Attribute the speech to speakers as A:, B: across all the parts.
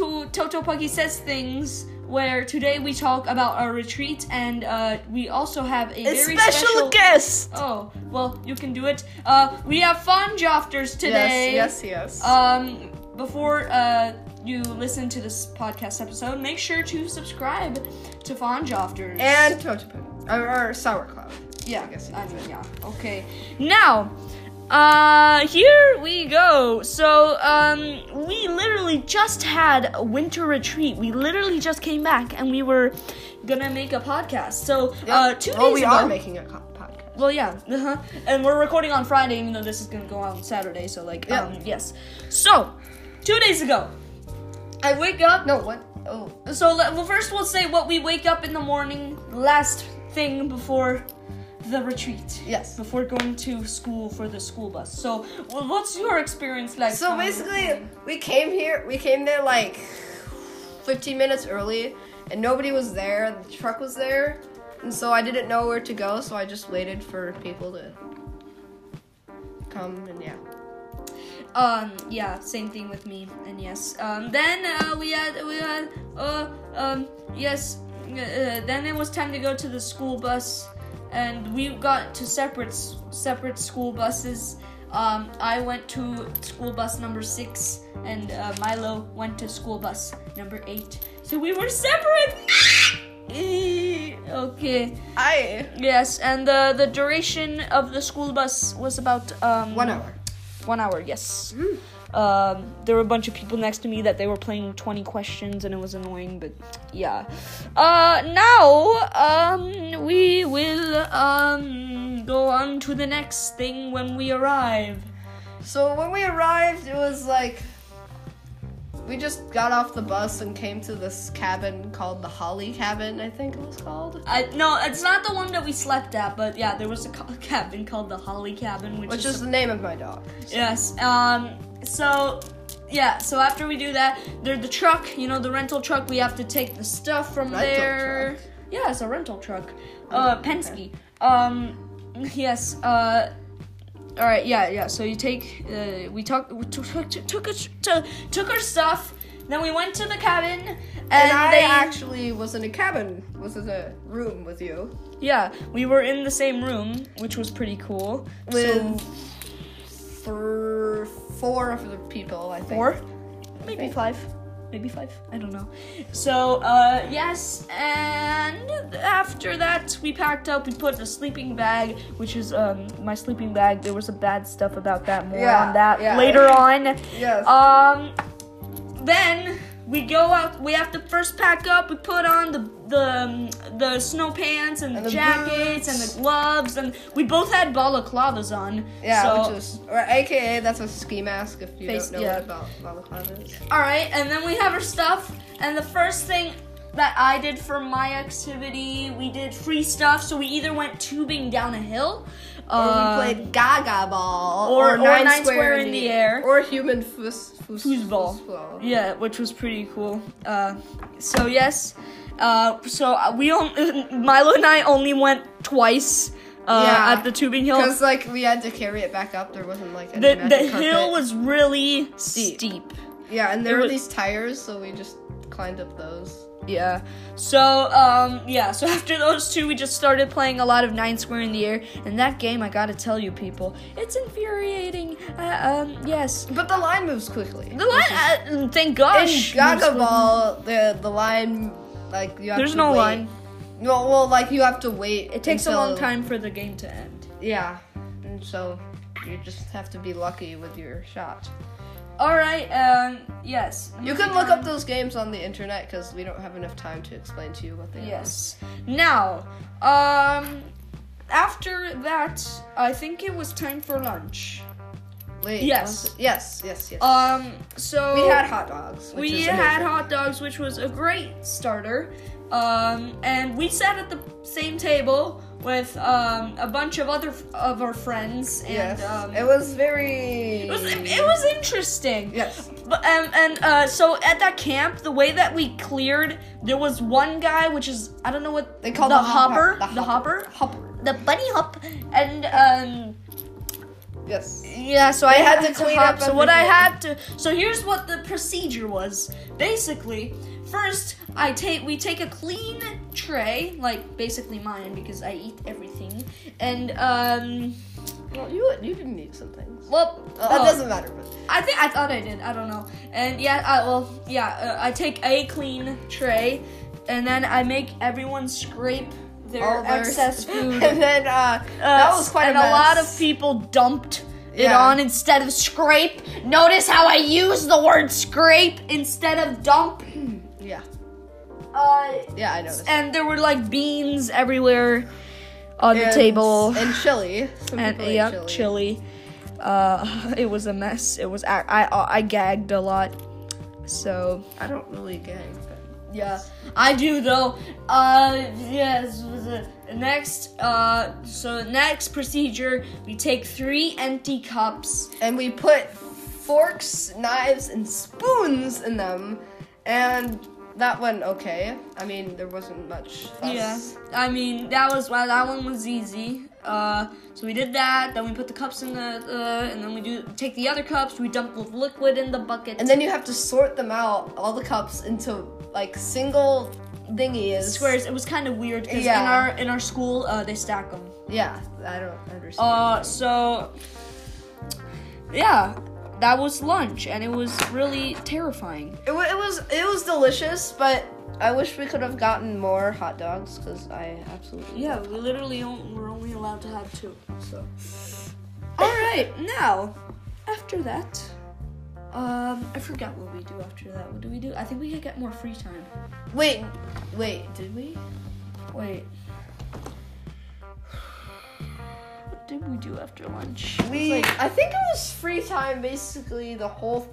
A: Topagi says things where today we talk about our retreat and uh, we also have a,
B: A
A: very
B: special, guest.
A: Oh, well, you can do it. Uh, we have fun jofters today.
B: Yes, yes, yes.
A: Um, before uh, you listen to this podcast episode, make sure to subscribe to Fond Jofters.
B: and Totopo. Or, or Sauerkraut.
A: yeah,
B: I guess it
A: I
B: is.
A: mean, yeah. Okay. Now, uh, here we go. So, um, we literally just had a winter retreat. We literally just came back, and we were gonna make a podcast. So, uh, two days
B: well, Oh, we
A: ago.
B: are making a co- podcast.
A: Well, yeah, uh-huh. and we're recording on Friday, even though this is gonna go out on Saturday. So, like,
B: Yeah.
A: um, yes. So, two days ago, I wake up.
B: No, what? Oh.
A: So, le- well, first we'll say what we wake up in the morning. Last thing before the retreat.
B: Yes.
A: Before going to school for the school bus. So, well, what's your experience like?
B: So
A: um,
B: basically, we came here. We came there like 15 minutes early, and nobody was there. The truck was there, and so I didn't know where to go. So I just waited for people to come, and yeah.
A: Um, yeah, same thing with me, and yes. Um, then uh, we had we had uh um yes. Uh, then it was time to go to the school bus, and we got to separate s- separate school buses. Um, I went to school bus number six, and uh, Milo went to school bus number eight. So we were separate. Eh, okay.
B: I
A: Yes, and uh, the the duration of the school bus was about um
B: one hour.
A: one hour, yes. Um, there were a bunch of people next to me that they were playing 20 questions and it was annoying, but yeah. Uh, now, um, we will, um, go on to the next thing when we arrive.
B: So when we arrived, it was like we just got off the bus and came to this cabin called the Holly Cabin, I think it was called,
A: I, Uh, no, it's not the one that we slept at, but yeah, there was a ca- cabin called the Holly Cabin, which,
B: which
A: is
B: is the name of my dog.
A: Yes. Um. So, yeah. So after we do that, there the truck. You know, the rental truck. We have to take the stuff from
B: Rental Oh,
A: there. Yeah, it's a rental truck. Uh, Penske. Um. Yes. Uh. All right. Yeah. Yeah. So you take. Uh, we talk. We took took took, a, took, took our stuff. Then we went to the cabin, and,
B: And, I
A: they
B: actually was in a cabin, was in a room with you.
A: yeah we were in the same room, which was pretty cool. so,
B: With Thr four of the people, I think.
A: Four? Maybe five. Maybe five. I don't know. So, uh, yes, and after that, we packed up. We put a sleeping bag, which is um, my sleeping bag. There was some bad stuff about that. More
B: Yeah,
A: on that
B: yeah.
A: later on.
B: Yes.
A: Um, then we go out. We have to first pack up. We put on the the um, the snow pants and,
B: And
A: the
B: the
A: jackets and
B: boots.
A: the gloves, and we both had balaclavas on.
B: yeah,
A: so-
B: which is, or AKA, that's a ski mask if you
A: Face-
B: don't know
A: yeah.
B: what about balaclava is.
A: All right, and then we have our stuff. And the first thing that I did for my activity, we did free stuff. So we either went tubing down a hill,
B: Or
A: uh,
B: we played Gaga Ball.
A: or- or nine square in the air.
B: Or human fus- fus-
A: foosball.
B: foosball.
A: Yeah, which was pretty cool. Uh, so yes, uh, so uh, we on- Milo and I only went twice uh,
B: Yeah,
A: at the tubing hill.
B: Because like we had to carry it back up, there wasn't like any
A: The, the
B: magic carpet.
A: hill was really
B: Steep.
A: steep.
B: yeah, and
A: it
B: there were
A: was-
B: these tires, so we just climbed up those.
A: Yeah. So, um, yeah, so after those two, we just started playing a lot of Nine Square in the Air. And that game, I gotta tell you, people, it's infuriating. Uh, um, yes.
B: But the line moves quickly.
A: The line, uh, thank gosh.
B: In Gaga Ball, the the line like you have
A: There's
B: to
A: no
B: wait.
A: line.
B: No, well, like you have to wait.
A: It takes a long
B: until-
A: time for the game to end.
B: Yeah, and so you just have to be lucky with your shot.
A: Alright, um, yes.
B: You can look up those games on the internet because we don't have enough time to explain to you what they
A: Yes. Now, um, after that, I think it was time for lunch.
B: are. Wait,
A: Yes.
B: was it- Yes. Yes. Yes.
A: Um, so.
B: we had hot dogs. which
A: We
B: is
A: had
B: amazing.
A: hot dogs, which was a great starter. Um, and we sat at the same table with um, a bunch of other of our friends, and
B: Yes.
A: um,
B: it was very.
A: it was it was interesting.
B: Yes.
A: But, um, and uh, so at that camp, the way that we cleared, there was one guy, which is I don't know what
B: They call
A: the,
B: the hopper,
A: hopper,
B: the
A: the hopper,
B: Hopper.
A: the bunny hop, and um,
B: Yes.
A: Yeah, so I
B: They
A: had
B: had
A: to
B: to
A: clean
B: clean
A: up.
B: up
A: So what I
B: everything.
A: had to. So here's what the procedure was. Basically, first I take we take a clean tray, like basically mine because I eat everything, and um,
B: Well, you you didn't eat some things.
A: well,
B: That
A: oh,
B: Uh, doesn't matter. But
A: I think I thought I did. I don't know. And yeah, I, well, yeah, uh, I take a clean tray, and then I make everyone scrape their
B: all their-
A: excess food.
B: and then uh, that was quite
A: and a,
B: a,
A: lot
B: mess.
A: of people dumped it
B: Yeah.
A: on instead of scrape. Notice how I use the word scrape instead of dump.
B: Yeah.
A: Uh,
B: Yeah, I noticed.
A: and there were like beans everywhere on the
B: And-
A: table,
B: and chili. Some
A: and
B: people ate
A: yeah, chili. Uh, it was a mess. It was I, I I gagged a lot, so.
B: I don't really gang, but
A: Yeah, I do though. Uh, yes. was it- Next, uh, so next procedure, we take three empty cups.
B: and we put forks, knives, and spoons in them, and that went okay. I mean, there wasn't much. Fuss.
A: Yeah, I mean that was well, that one was easy. Uh, so we did that. Then we put the cups in the, uh, and then we do take the other cups. We dump the liquid in the bucket.
B: And then you have to sort them out, all the cups, into like single thingies.
A: squares. It was kind of weird because in
B: Yeah.
A: our in our school, uh, they stack them.
B: Yeah, I don't understand.
A: Uh, so yeah, that was lunch, and it was really terrifying.
B: It, wa- it was it was delicious, but I wish we could have gotten more hot dogs because I absolutely
A: Yeah, we literally on- were only allowed to have two.
B: so.
A: All right, now after that, um, I forgot what we do after that. What do we do? I think we could get more free time.
B: Wait, wait, did we?
A: Wait, what did we do after lunch?
B: We I think it was free time basically the whole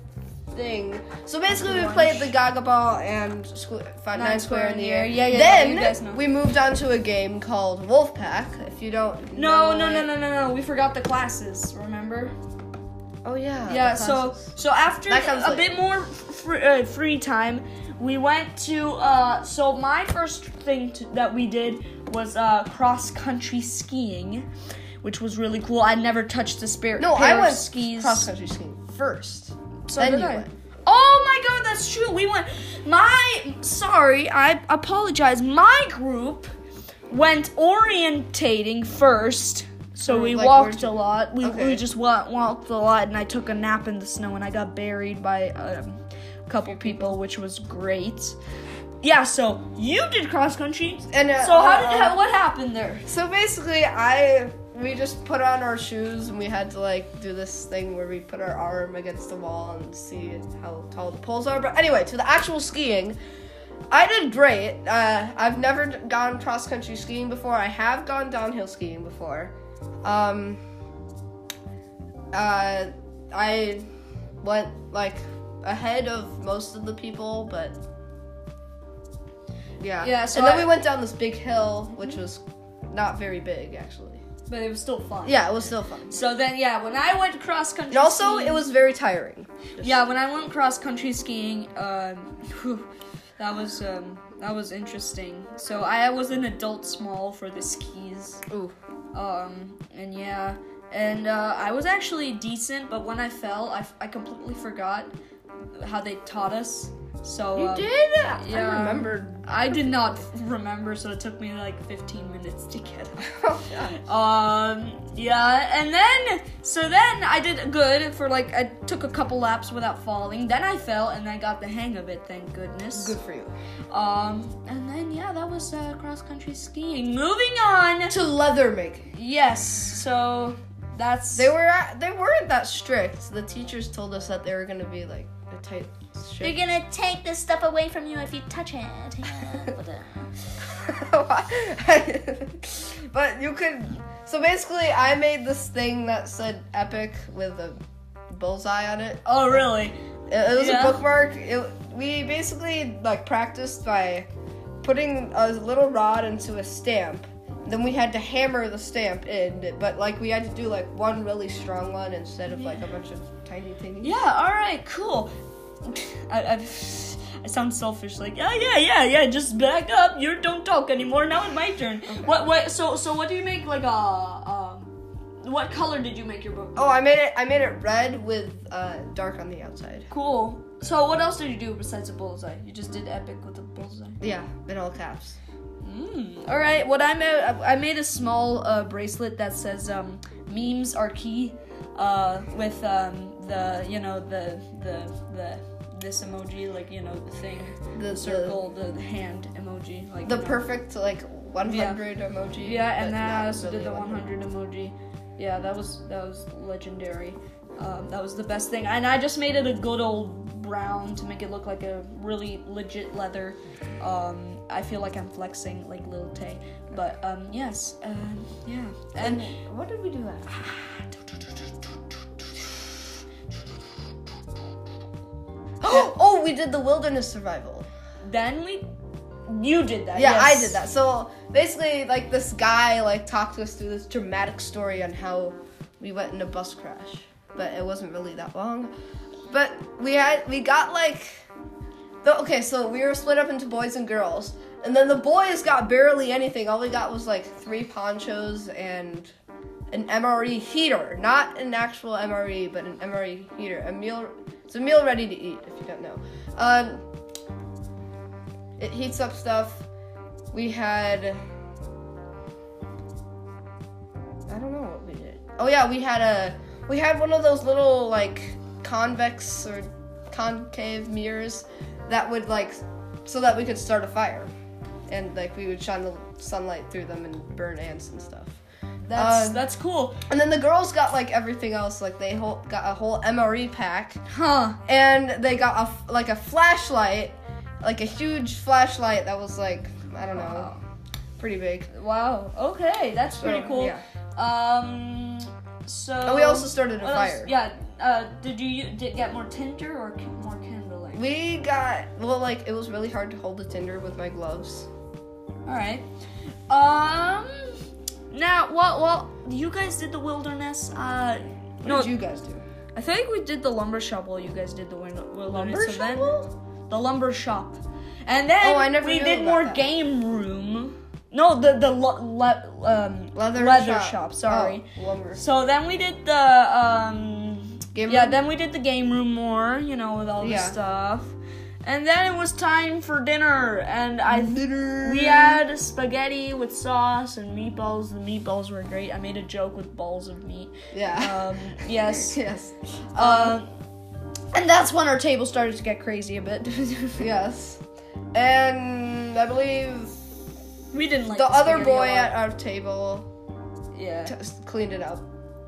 B: thing. So basically we
A: Lunch.
B: played the Gaga Ball and squ- Five Nine Square in the air.
A: Yeah, yeah, yeah,
B: Then
A: you guys know.
B: we moved on to a game called Wolfpack. If you don't.
A: No,
B: know
A: no, no,
B: it-
A: no, no, no. We forgot the classes. Remember?
B: Oh yeah.
A: Yeah.
B: the
A: So,
B: classes.
A: so after
B: That comes
A: a
B: later.
A: bit more fr- uh, free time, we went to. Uh, so my first thing to, that we did was uh, cross country skiing, which was really cool. I never touched the spirit.
B: No, I went
A: skis.
B: cross country skiing first.
A: So
B: Then
A: did
B: you
A: I.
B: went.
A: Oh my god, that's true. We went. My sorry, I apologize. My group went orientating first. So
B: Or,
A: we
B: Oh, like,
A: walked
B: origin-
A: a lot. We, we
B: Okay.
A: just wa- walked a lot, and I took a nap in the snow, and I got buried by um, a couple people, which was great. Yeah. So you did cross country.
B: And uh,
A: So how did
B: uh,
A: how, what happened there?
B: So basically, I we just put on our shoes and we had to like do this thing where we put our arm against the wall and see how tall the poles are. But anyway, to the actual skiing, I did great. Uh, I've never d- gone cross country skiing before. I have gone downhill skiing before. Um, uh, I went like ahead of most of the people, but. Yeah.
A: Yeah, so
B: and then
A: I-
B: we went down this big hill, which was not very big actually.
A: But it was still fun.
B: Yeah, it was still fun.
A: So then, yeah, when I went cross country,
B: And also, it was very tiring.
A: Yeah, when I went cross country skiing, um, phew, that was um, that was interesting. So I was an adult small for the skis,
B: Ooh.
A: um, and yeah, and uh, I was actually decent, but when I fell, I, f- I completely forgot how they taught us. So um, yeah.
B: Uh, I remembered.
A: I did not remember, so it took me like 15 minutes to get up.
B: yeah.
A: Um, yeah, and then, so then I did good for like, I took a couple laps without falling. Then I fell and I got the hang of it, thank goodness.
B: Good for you.
A: Um, and then, yeah, that was uh, cross country skiing. Moving on!
B: To leather making.
A: Yes, so that's.
B: They were at, they weren't that strict. The teachers told us that they were gonna be like a tight
C: They're
B: ship.
C: gonna take this stuff away from you if you touch it. Hang on. What the-
B: but you could. So basically, I made this thing that said "epic" with a bullseye on it.
A: oh, really?
B: It, it was
A: Yeah.
B: a bookmark. It, we basically like practiced by putting a little rod into a stamp. Then we had to hammer the stamp in, but like we had to do like one really strong one instead of like a bunch of tiny things.
A: Yeah, alright, cool. I, I, I sound selfish, like, oh, yeah, yeah, yeah, just back up. You don't talk anymore. Now it's my turn. What, what, so, so what do you make, like, a. uh, Um, What color did you make your book?
B: Oh, I made it. I made it red with uh, dark on the outside.
A: Cool. So what else did you do besides a bullseye? You just did epic with a bullseye.
B: Yeah, in all caps.
A: Mm. All right. What I made, I made a small uh, bracelet that says um, "memes are key," uh, with um, the you know the the the this emoji like you know the thing
B: The
A: the
B: circle.
A: circle the, the hand emoji like
B: The,
A: you know.
B: perfect like 100 emoji.
A: yeah and
B: but
A: then
B: not
A: I also
B: really
A: did the 100 emoji yeah that was that was legendary um, that was the best thing and I just made it a good old brown to make it look like a really legit leather um, I feel like I'm flexing like Lil Tay but um, yes um, yeah and
B: What did we do after? oh, we did the wilderness survival.
A: then we you did that
B: Yeah, I
A: yes.
B: did that. So basically, like this guy like talked us through this dramatic story on how we went in a bus crash, but it wasn't really that long. But we had we got like the okay, so we were split up into boys and girls, and then the boys got barely anything. All we got was like three ponchos and an MRE heater, not an actual MRE, but an MRE heater, a meal. It's a meal ready to eat if you don't know. Um, it heats up stuff. We had. I don't know what we did. Oh yeah, we had a we had one of those little like convex or concave mirrors that would like so that we could start a fire, and like we would shine the sunlight through them and burn ants and stuff.
A: that's
B: Um,
A: that's cool
B: And then the girls got like everything else. Like they whole, got a whole MRE pack
A: huh
B: and they got a f- like a flashlight, like a huge flashlight that was like I don't know,
A: Wow.
B: pretty big.
A: Wow. Okay, that's pretty
B: So,
A: cool.
B: yeah.
A: Um. So.
B: And we also started a
A: what else?
B: fire.
A: Yeah. Uh. Did you u- did get more tinder or ca- more kindling?
B: We got well, like it was really hard to hold the tinder with my gloves.
A: All right. Um. Now, well, well, you guys did the wilderness. Uh.
B: What
A: No,
B: did you guys do?
A: I think we did the lumber shop while you guys did the win- wilderness.
B: Lumber
A: so then-
B: shovel?
A: the lumber shop, and then
B: Oh, I never
A: we
B: knew
A: did
B: about
A: more
B: that.
A: game room. No, the the lo- le- um,
B: Leather
A: shop. Sorry.
B: Oh, lumber.
A: So then we did the um
B: Game
A: yeah,
B: room?
A: then we did the game room more, you know, with all this
B: Yeah.
A: stuff. And then it was time for dinner and I
B: Mm-hmm.
A: we had spaghetti with sauce and meatballs. The meatballs were great. I made a joke with balls of meat.
B: Yeah.
A: Um yes.
B: yes.
A: Um and that's when our table started to get crazy a bit.
B: Yes. And I believe
A: we didn't like
B: the other
A: spaghetti a
B: boy
A: lot.
B: at our table
A: yeah,
B: t- cleaned it up.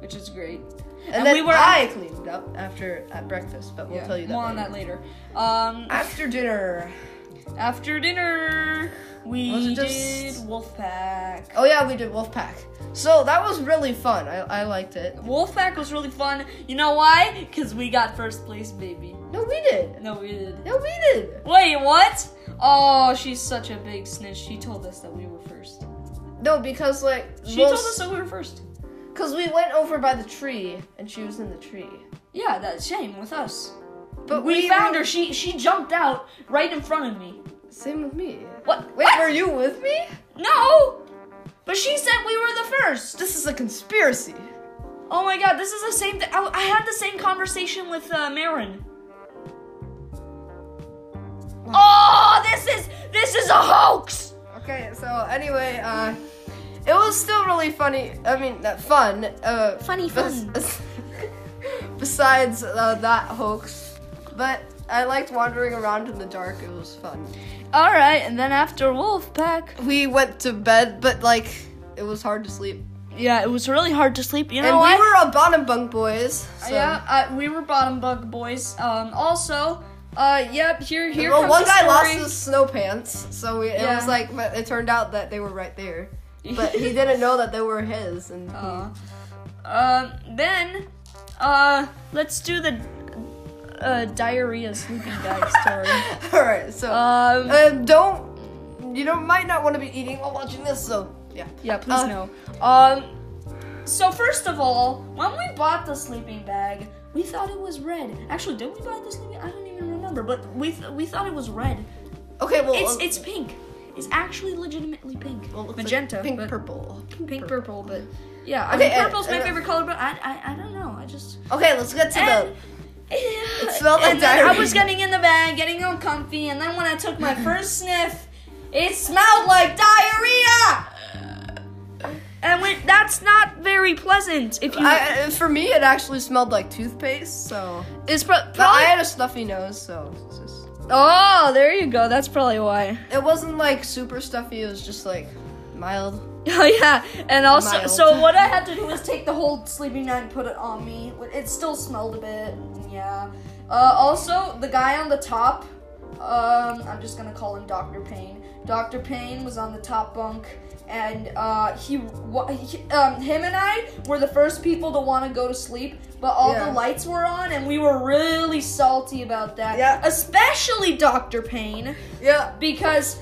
A: which is great.
B: And,
A: And
B: then
A: we were-
B: I cleaned it up after at breakfast, but we'll
A: Yeah,
B: tell you that.
A: more on
B: later.
A: that later. Um,
B: After dinner.
A: after dinner, we
B: Was it
A: did
B: just-
A: Wolfpack.
B: Oh yeah, we did Wolfpack. So that was really fun. I, I liked it.
A: Wolfpack was really fun. You know why? Because we got first place, baby.
B: No, we did.
A: No, we did.
B: No, we did.
A: Wait, what? Oh, she's such a big snitch. She told us that we were first.
B: No, because like
A: She
B: well,
A: told us that we were first.
B: because we went over by the tree and she was in the tree.
A: Yeah, that's shame with us.
B: But
A: We, found
B: were-
A: her. She she jumped out right in front of me.
B: Same with me.
A: What?
B: Wait,
A: What?
B: were you with me?
A: No. But she said we were the first.
B: This is a conspiracy.
A: Oh my god, this is the same. Th- I, I had the same conversation with uh, Marin. Oh, this is this is a hoax.
B: Okay, so anyway, uh, it was still really funny. I mean, that fun. Uh,
A: Funny
B: bes-
A: fun.
B: besides uh, that hoax, but I liked wandering around in the dark. It was fun.
A: All right, and then after Wolfpack,
B: We went to bed, but like it was hard to sleep.
A: yeah, it was really hard to sleep. You know
B: and
A: why?
B: we were a bottom bunk boys. So.
A: Yeah, uh, we were bottom bug boys. Um, also, uh, yep, here here
B: well,
A: comes
B: one
A: the
B: guy lost
A: story.
B: his snow pants, so we, it
A: Yeah.
B: was like, but it turned out that they were right there. But he didn't know that they were his, and he-
A: Uh, um, then, uh, let's do the uh, diarrhea sleeping bag story.
B: all right. So
A: Um,
B: um, don't you don't might not want to be eating while watching this. So yeah,
A: yeah, please
B: uh,
A: no. Um, so first of all, when we bought the sleeping bag, we thought it was red. Actually, did we buy the sleeping? I don't even remember, but we th- we thought it was red.
B: okay. Well,
A: It's
B: uh,
A: it's pink. is actually legitimately pink.
B: Well, it looks like
A: Magenta,
B: pink
A: but-
B: purple.
A: pink purple, but yeah, I
B: Okay, uh,
A: mean
B: and-
A: purple's my
B: and-
A: favorite color, but I I, I don't know. I just
B: Okay, let's get to
A: and,
B: the.
A: it
B: smelled like
A: I
B: diarrhea.
A: was getting in the bag, getting all comfy, and then when I took my first sniff, it smelled like diarrhea. And when, that's not very pleasant. If you,
B: I, I- for me, it actually smelled like toothpaste. So
A: it's pro-
B: But I
A: probably.
B: had a stuffy nose, so it's just,
A: oh, there you go. That's probably why.
B: it wasn't like super stuffy. It was just like mild.
A: Oh yeah, and also,
B: Mild.
A: so what I had to do was take the whole sleeping bag and put it on me. It still smelled a bit, yeah. Uh, also, the guy on the top, um, I'm just gonna call him Doctor Payne. Doctor Payne was on the top bunk, and uh, he, wa- he, um, him and I were the first people to want to go to sleep, but all
B: Yeah.
A: the lights were on, and we were really salty about that.
B: Yeah.
A: especially Doctor Payne
B: Yeah.
A: because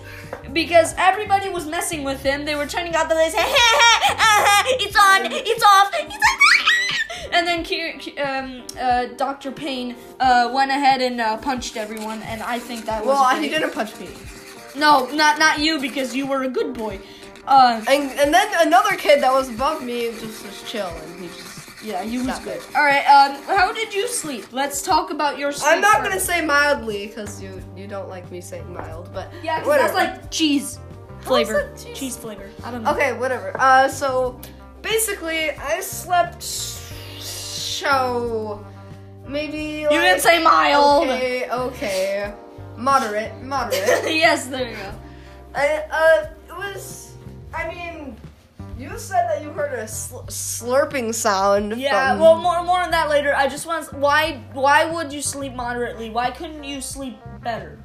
A: because everybody was messing with him. They were turning out the lights. "Hey, hey, hey, uh-huh, it's on, it's off, it's on. And then Ki- Ki- um, uh, Dr. Payne uh, went ahead and uh, punched everyone, and I think that was.
B: Well, I- he
A: great.
B: didn't punch me.
A: No, not not you because you were a good boy. Uh,
B: And, and then another kid that was above me just was chill, and he just.
A: yeah, you was
B: Stop
A: good.
B: it.
A: All right. Um, how did you sleep? Let's talk about your sleep.
B: I'm not gonna
A: first.
B: say mildly because you you don't like me saying mild, but
A: Yeah, 'cause
B: whatever.
A: that's like cheese flavor.
B: that cheese?
A: Cheese flavor. I don't know.
B: Okay, whatever. Uh, so basically, I slept so maybe like,
A: You didn't say mild.
B: Okay, okay, moderate, moderate.
A: yes, there you go.
B: I, uh, it was. I mean, you said that you heard a sl- slurping sound.
A: Yeah,
B: from-
A: well, more more on that later. I just want why why would you sleep moderately? Why couldn't you sleep better?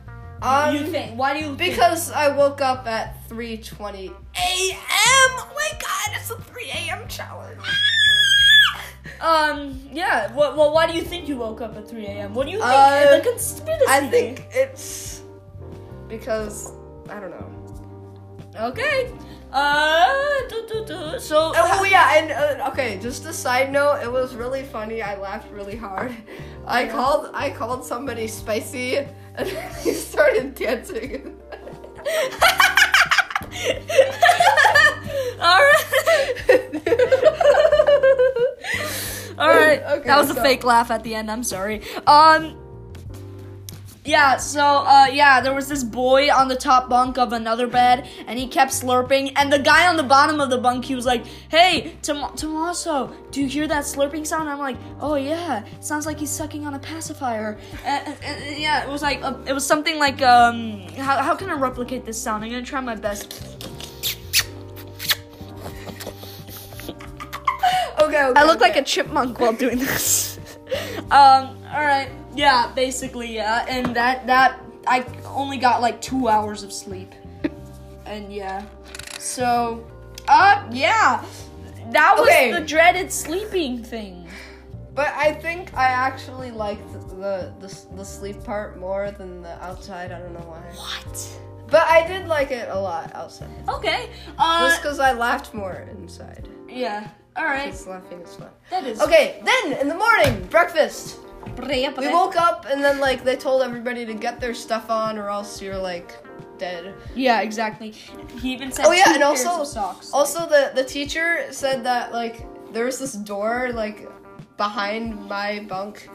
B: um,
A: you think? Why do you? think-
B: because I woke up at three twenty a.m. Oh my god, it's a three a.m. challenge.
A: um yeah. Well, well, why do you think you woke up at three a.m.? What do you think?
B: Uh,
A: the conspiracy.
B: I think it's because I don't know.
A: Okay. Uh. duh, duh, duh. So.
B: Oh well, yeah, and uh, okay, just a side note. It was really funny. I laughed really hard. I called I called somebody spicy, and he started dancing.
A: All right. All right.
B: Okay,
A: that was a
B: so-
A: fake laugh at the end. I'm sorry. Um. Yeah, so uh yeah, there was this boy on the top bunk of another bed and he kept slurping and the guy on the bottom of the bunk he was like, "Hey, Tom- Tommaso, do you hear that slurping sound?" I'm like, "Oh yeah, sounds like he's sucking on a pacifier." And, and- and- yeah, it was like uh, it was something like um how how can I replicate this sound? I'm going to try my best.
B: okay, okay.
A: I look like
B: okay.
A: a chipmunk while doing this. um, all right. Yeah, basically, yeah. And that that I only got like 2 hours of sleep. and yeah. So, uh yeah. That was
B: Okay.
A: the dreaded sleeping thing.
B: But I think I actually liked the, the the sleep part more than the outside. I don't know why.
A: What?
B: But I did like it a lot outside.
A: Okay. Uh
B: Just because I laughed more inside.
A: yeah. All right.
B: Just laughing is fun.
A: That is
B: Okay, then in the morning, breakfast. We
A: We
B: woke up and then like they told everybody to get their stuff on or else you're like dead.
A: Yeah, exactly. He even said
B: Oh yeah,
A: two
B: and
A: pairs
B: also
A: of socks.
B: also the the teacher said that like there was this door like behind my bunk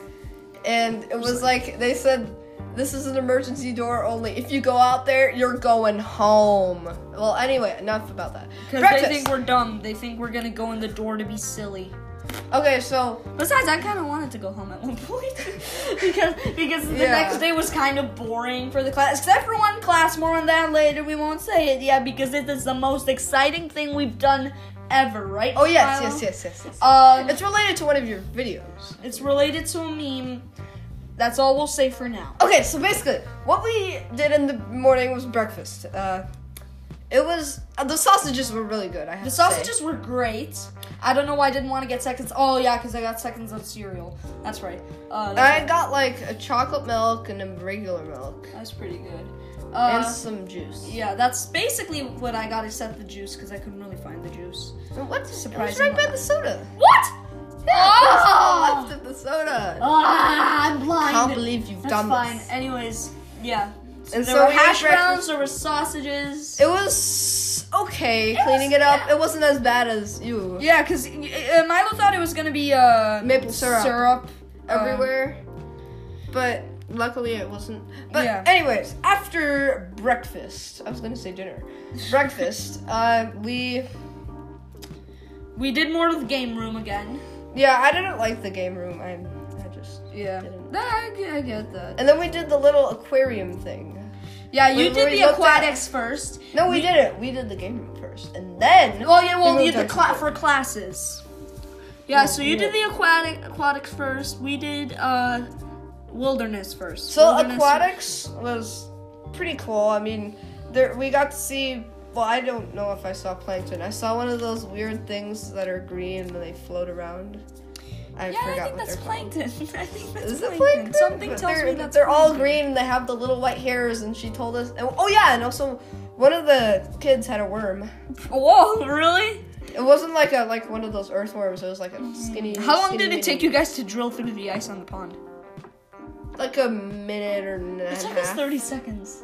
B: and it was like they said this is an emergency door only. If you go out there, you're going home. Well, anyway, enough about that.
A: because they
B: Breakfast.
A: think we're dumb. They think we're gonna go in the door to be silly.
B: okay, so
A: Besides, I kind of wanted to go home at one point because because the
B: Yeah.
A: next day was kind of boring for the class, except for one class. More on that later. We won't say it yet because it is the most exciting thing we've done ever, right?
B: oh yes,
A: Milo?
B: yes, yes, yes, yes. Uh,
A: Um,
B: it's related to one of your videos.
A: it's related to a meme. That's all we'll say for now.
B: Okay, so basically, what we did in the morning was breakfast. Uh, it was uh, the sausages were really good. I have
A: The
B: to say.
A: sausages were great. I don't know why I didn't want to get seconds. Oh yeah, because I got seconds of cereal. That's right. Uh,
B: And I
A: that's,
B: got like a chocolate milk and a regular milk
A: that's pretty good. Uh,
B: and some juice.
A: yeah, that's basically what I got except the juice because I couldn't really find the juice.
B: And what? It was
A: Surprising
B: right by
A: one.
B: the soda.
A: What?
B: Oh,
A: Ah,
B: left of the soda.
A: Ah, I'm
B: I can't
A: blind.
B: believe you've
A: That's
B: done
A: fine.
B: this.
A: Anyways, yeah.
B: browns. And
A: there
B: so
A: were
B: we ate
A: hash
B: breakfast.
A: browns, there were sausages.
B: It was okay cleaning it up. It wasn't as bad as you.
A: yeah, because uh, Milo thought it was gonna be uh,
B: Maple syrup.
A: um,
B: everywhere. But luckily it wasn't. But
A: Yeah.
B: anyways, after breakfast, I was gonna say dinner. Breakfast. uh, we
A: we did more of the game room again.
B: yeah, I didn't like the game room. I I just
A: Yeah,
B: Didn't.
A: I, get- I get that.
B: and then we did the little aquarium thing.
A: Yeah, you
B: We-
A: did
B: we
A: the
B: looked at-
A: aquatics first.
B: No, we, didn't. We did the game room first, and then
A: Well, yeah, well,
B: We
A: you
B: moved
A: did the
B: on
A: cla- for classes. Yeah, so you did the aquatic aquatics first. We did uh wilderness first.
B: So
A: Wilderness-
B: aquatics was pretty cool. I mean, there we got to see. Well, I don't know if I saw plankton. I saw one of those weird things that are green and they float around. I
A: Yeah, I
B: forgot
A: think
B: what
A: that's
B: they're called.
A: plankton. I think that's
B: Is it
A: plankton.
B: plankton?
A: Something
B: But
A: tells
B: they're,
A: me that's
B: they're all
A: plankton.
B: green. and They have the little white hairs, and she told us. And, oh yeah, and also one of the kids had a worm.
A: Whoa, really?
B: It wasn't like a like one of those earthworms. It was like a skinny.
A: Mm-hmm. How long
B: skinny
A: did it take
B: mini-
A: you guys to drill through the ice on the pond?
B: Like a minute or and a
A: It took us
B: half.
A: 30 seconds.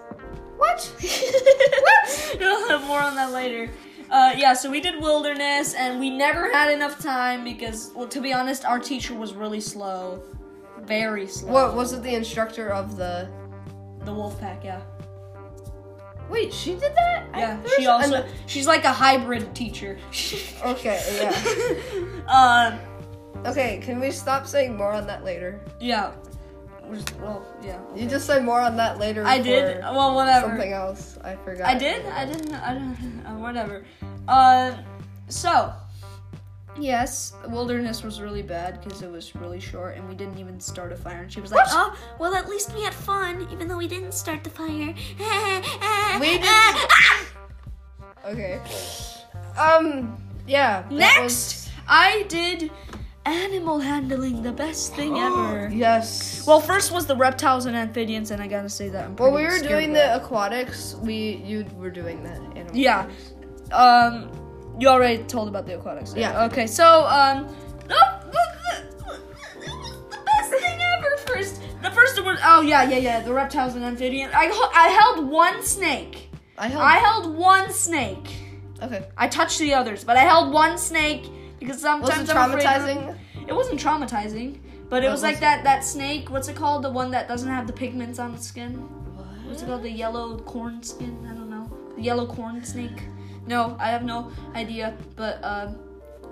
B: What?
A: what? You'll have more on that later. Uh, yeah, so we did wilderness, and we never had enough time because, well, to be honest, our teacher was really slow, very slow.
B: What was it? The instructor of the.
A: The wolf pack, yeah,
B: Wait, she did that? I-
A: yeah.
B: there's
A: She also,
B: an-
A: she's like a hybrid teacher.
B: Okay, yeah.
A: uh,
B: Okay, can we stop saying more on that later?
A: yeah. We're- Well, yeah.
B: You just said more on that later.
A: I did.
B: for
A: Well, whatever.
B: Something else. I forgot.
A: I did. I didn't. I don't. Uh, whatever. Uh, so yes, wilderness was really bad because it was really short and we didn't even start a fire. And she was like,
C: Oh, well, at least we had fun, even though we didn't start the fire.
A: Ah!
B: We didn't- Okay. Um. Yeah. that
A: "Next,
B: was-
A: I did animal handling, the best thing ever."
B: yes.
A: Well, first was the reptiles and amphibians, and I gotta say that I'm
B: Well, we
A: pretty
B: were
A: scared
B: doing
A: of
B: the aquatics. We you were doing that. Animal
A: Yeah. Um, you already told about the aquatics.
B: Yeah.
A: Okay, so um, oh, the, the, the, it was the best thing ever. First, the first one oh yeah, yeah, yeah. The reptiles and amphibians. I ho- I held one snake.
B: I helped.
A: I held one snake.
B: okay.
A: I touched the others, but I held one snake because
B: Was it
A: sometimes I'm afraid of-
B: traumatizing?
A: It wasn't traumatizing, but it
B: What
A: was
B: was
A: like
B: it?
A: that that snake. What's it called? The one that doesn't have the pigments on the skin. What's it called? The yellow corn skin? I don't know. The yellow corn snake? No, I have no idea. But um,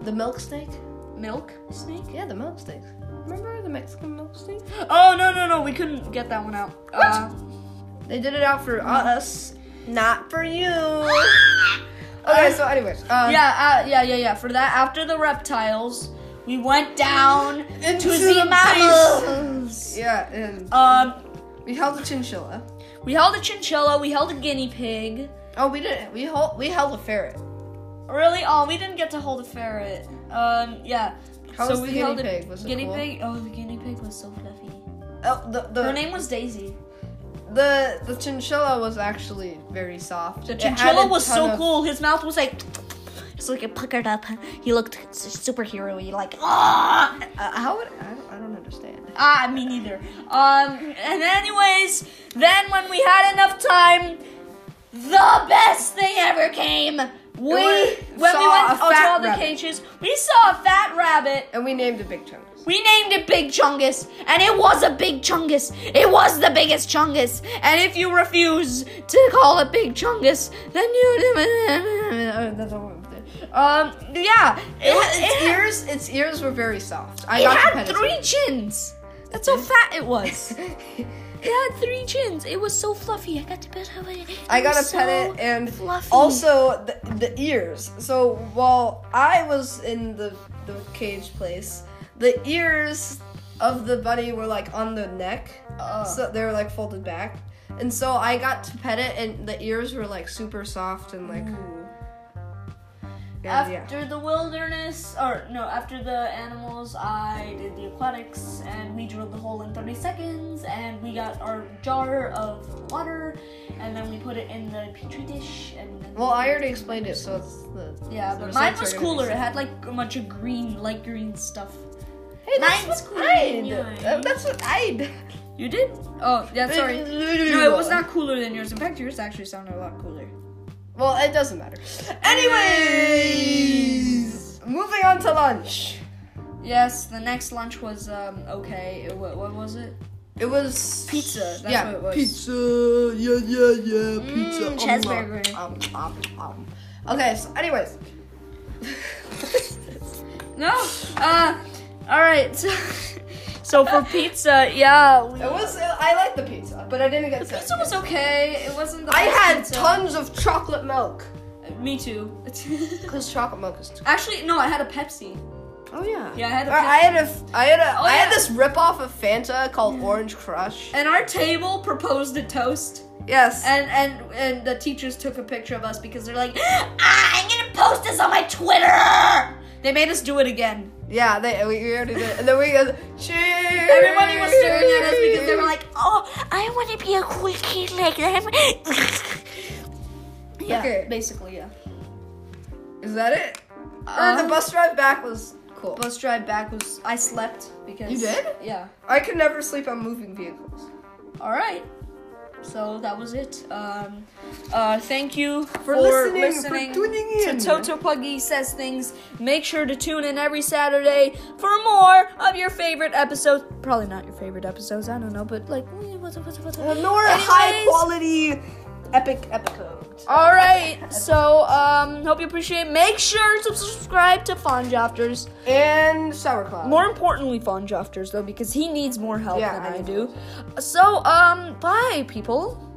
B: The milk snake.
A: milk snake?
B: Yeah, the milk snake. Remember the Mexican milk snake?
A: Oh no no no! We couldn't get that one out. Uh,
B: They did it out for us, not for you. okay, so anyways, uh,
A: yeah uh, yeah yeah yeah. For that, after the reptiles, we went down
B: Into
A: to the,
B: the
A: mammals.
B: yeah, and
A: Um,
B: we held a chinchilla.
A: we held a chinchilla. We held a guinea pig.
B: Oh, we didn't. We held we held a ferret.
A: Really? Oh, we didn't get to hold a ferret. Um, yeah.
B: How was the guinea
A: held a
B: pig? Was it
A: guinea
B: cool?
A: pig. Oh, the guinea pig was so fluffy.
B: Oh, the the
A: Her name was Daisy.
B: the the chinchilla was actually very soft.
A: The
B: It had
A: chinchilla
B: a
A: was
B: ton
A: so
B: of-
A: cool. His mouth was like,
C: It's like it puckered up. He looked superhero-y, like ah.
B: Uh, how would I don't, I don't understand.
A: ah, me neither. Um, and anyways, then when we had enough time, the best thing ever came. We,
B: We
A: when we
B: saw
A: went
B: a
A: out to
B: fat
A: all the
B: rabbit.
A: cages, we saw a fat rabbit.
B: And we named it Big Chunks.
A: We named it Big Chungus, and it was a big Chungus. It was the biggest Chungus. And if you refuse to call it Big Chungus, then you.
B: That's what we did.
A: Um, yeah. It,
B: Its
A: it, had-
B: ears its ears were very soft. I
A: it
B: got
A: had
B: the
A: three chins. That's how fat it was.
B: pedigree.
A: it had three chins. It was so fluffy. I got to pet it.
B: I gotta
A: so
B: pet it, and
A: fluffy.
B: also the, the ears. So while I was in the the cage place, the ears of the bunny were like on the neck,
A: Oh.
B: so they were like folded back, and so I got to pet it, and the ears were like super soft and like. and yeah.
A: After the wilderness, or no, after the animals, I did the aquatics, and we drilled the hole in 30 seconds, and we got our jar of water, and then we put it in the petri dish, and then
B: Well, I already explained it, so it's the.
A: yeah,
B: the
A: but
B: results
A: mine
B: are
A: was
B: gonna be
A: cooler. It
B: similar.
A: had like a bunch of green, light green stuff.
B: Hey, that's
A: Mine's
B: what
A: cooler
B: I
A: than
B: did.
A: yours.
B: Uh, That's what I. did.
A: You did? Oh, yeah, sorry. No, it was not cooler than yours. In fact, yours actually sounded a lot cooler.
B: Well, it doesn't matter. Anyways, moving on to lunch.
A: Yes, the next lunch was um, okay. It, what, what was it?
B: It was
A: Pizza, that's
B: yeah,
A: what it was.
B: pizza. Yeah, yeah, yeah. Pizza. Um,
C: cheeseburger.
B: Um, um, um. Okay. So, anyways.
A: No. Uh, all right. So, so for pizza, yeah, we,
B: It was. I liked the pizza, but I didn't get sick.
A: pizza was okay. It wasn't. The
B: I
A: best
B: had
A: pizza.
B: tons of chocolate milk.
A: Me too.
B: Cause chocolate milk is. Too-
A: Actually, no, I had a Pepsi.
B: oh yeah.
A: Yeah, I had a
B: Or I had a. f- I had a.
A: Oh,
B: I had
A: yeah.
B: this ripoff of Fanta called Orange Crush.
A: And our table proposed a toast,
B: Yes.
A: and and and the teachers took a picture of us because they're like,
C: Ah, I'm gonna post this on my Twitter.
A: they made us do it again.
B: yeah. They. We, we already did. And then we. Uh, cheers.
A: Everybody was staring at us because they were like,
C: Oh, I want to be a cool kid like them.
A: yeah,
B: Okay.
A: basically, yeah.
B: Is that it? or Uh, the
A: Um,
B: bus drive back was cool.
A: Bus drive back was I slept because
B: You did?
A: Yeah.
B: I can never sleep on moving vehicles.
A: All right. So that was it. Um, uh, thank you for,
B: listening, for
A: listening
B: tuning in.
A: to Toto Puggy Says Things. Make sure to tune in every Saturday for more of your favorite episodes. Probably not your favorite episodes, I don't know, but like, what's what's what's
B: Uh, Nor high quality epic episodes.
A: All right. So um, hope you appreciate. it. Make sure to subscribe to Fonjofters.
B: And sauerkraut.
A: More importantly, Fonjofters though, because he needs more help
B: Yeah,
A: than
B: I
A: I
B: need
A: do. So um, bye, people.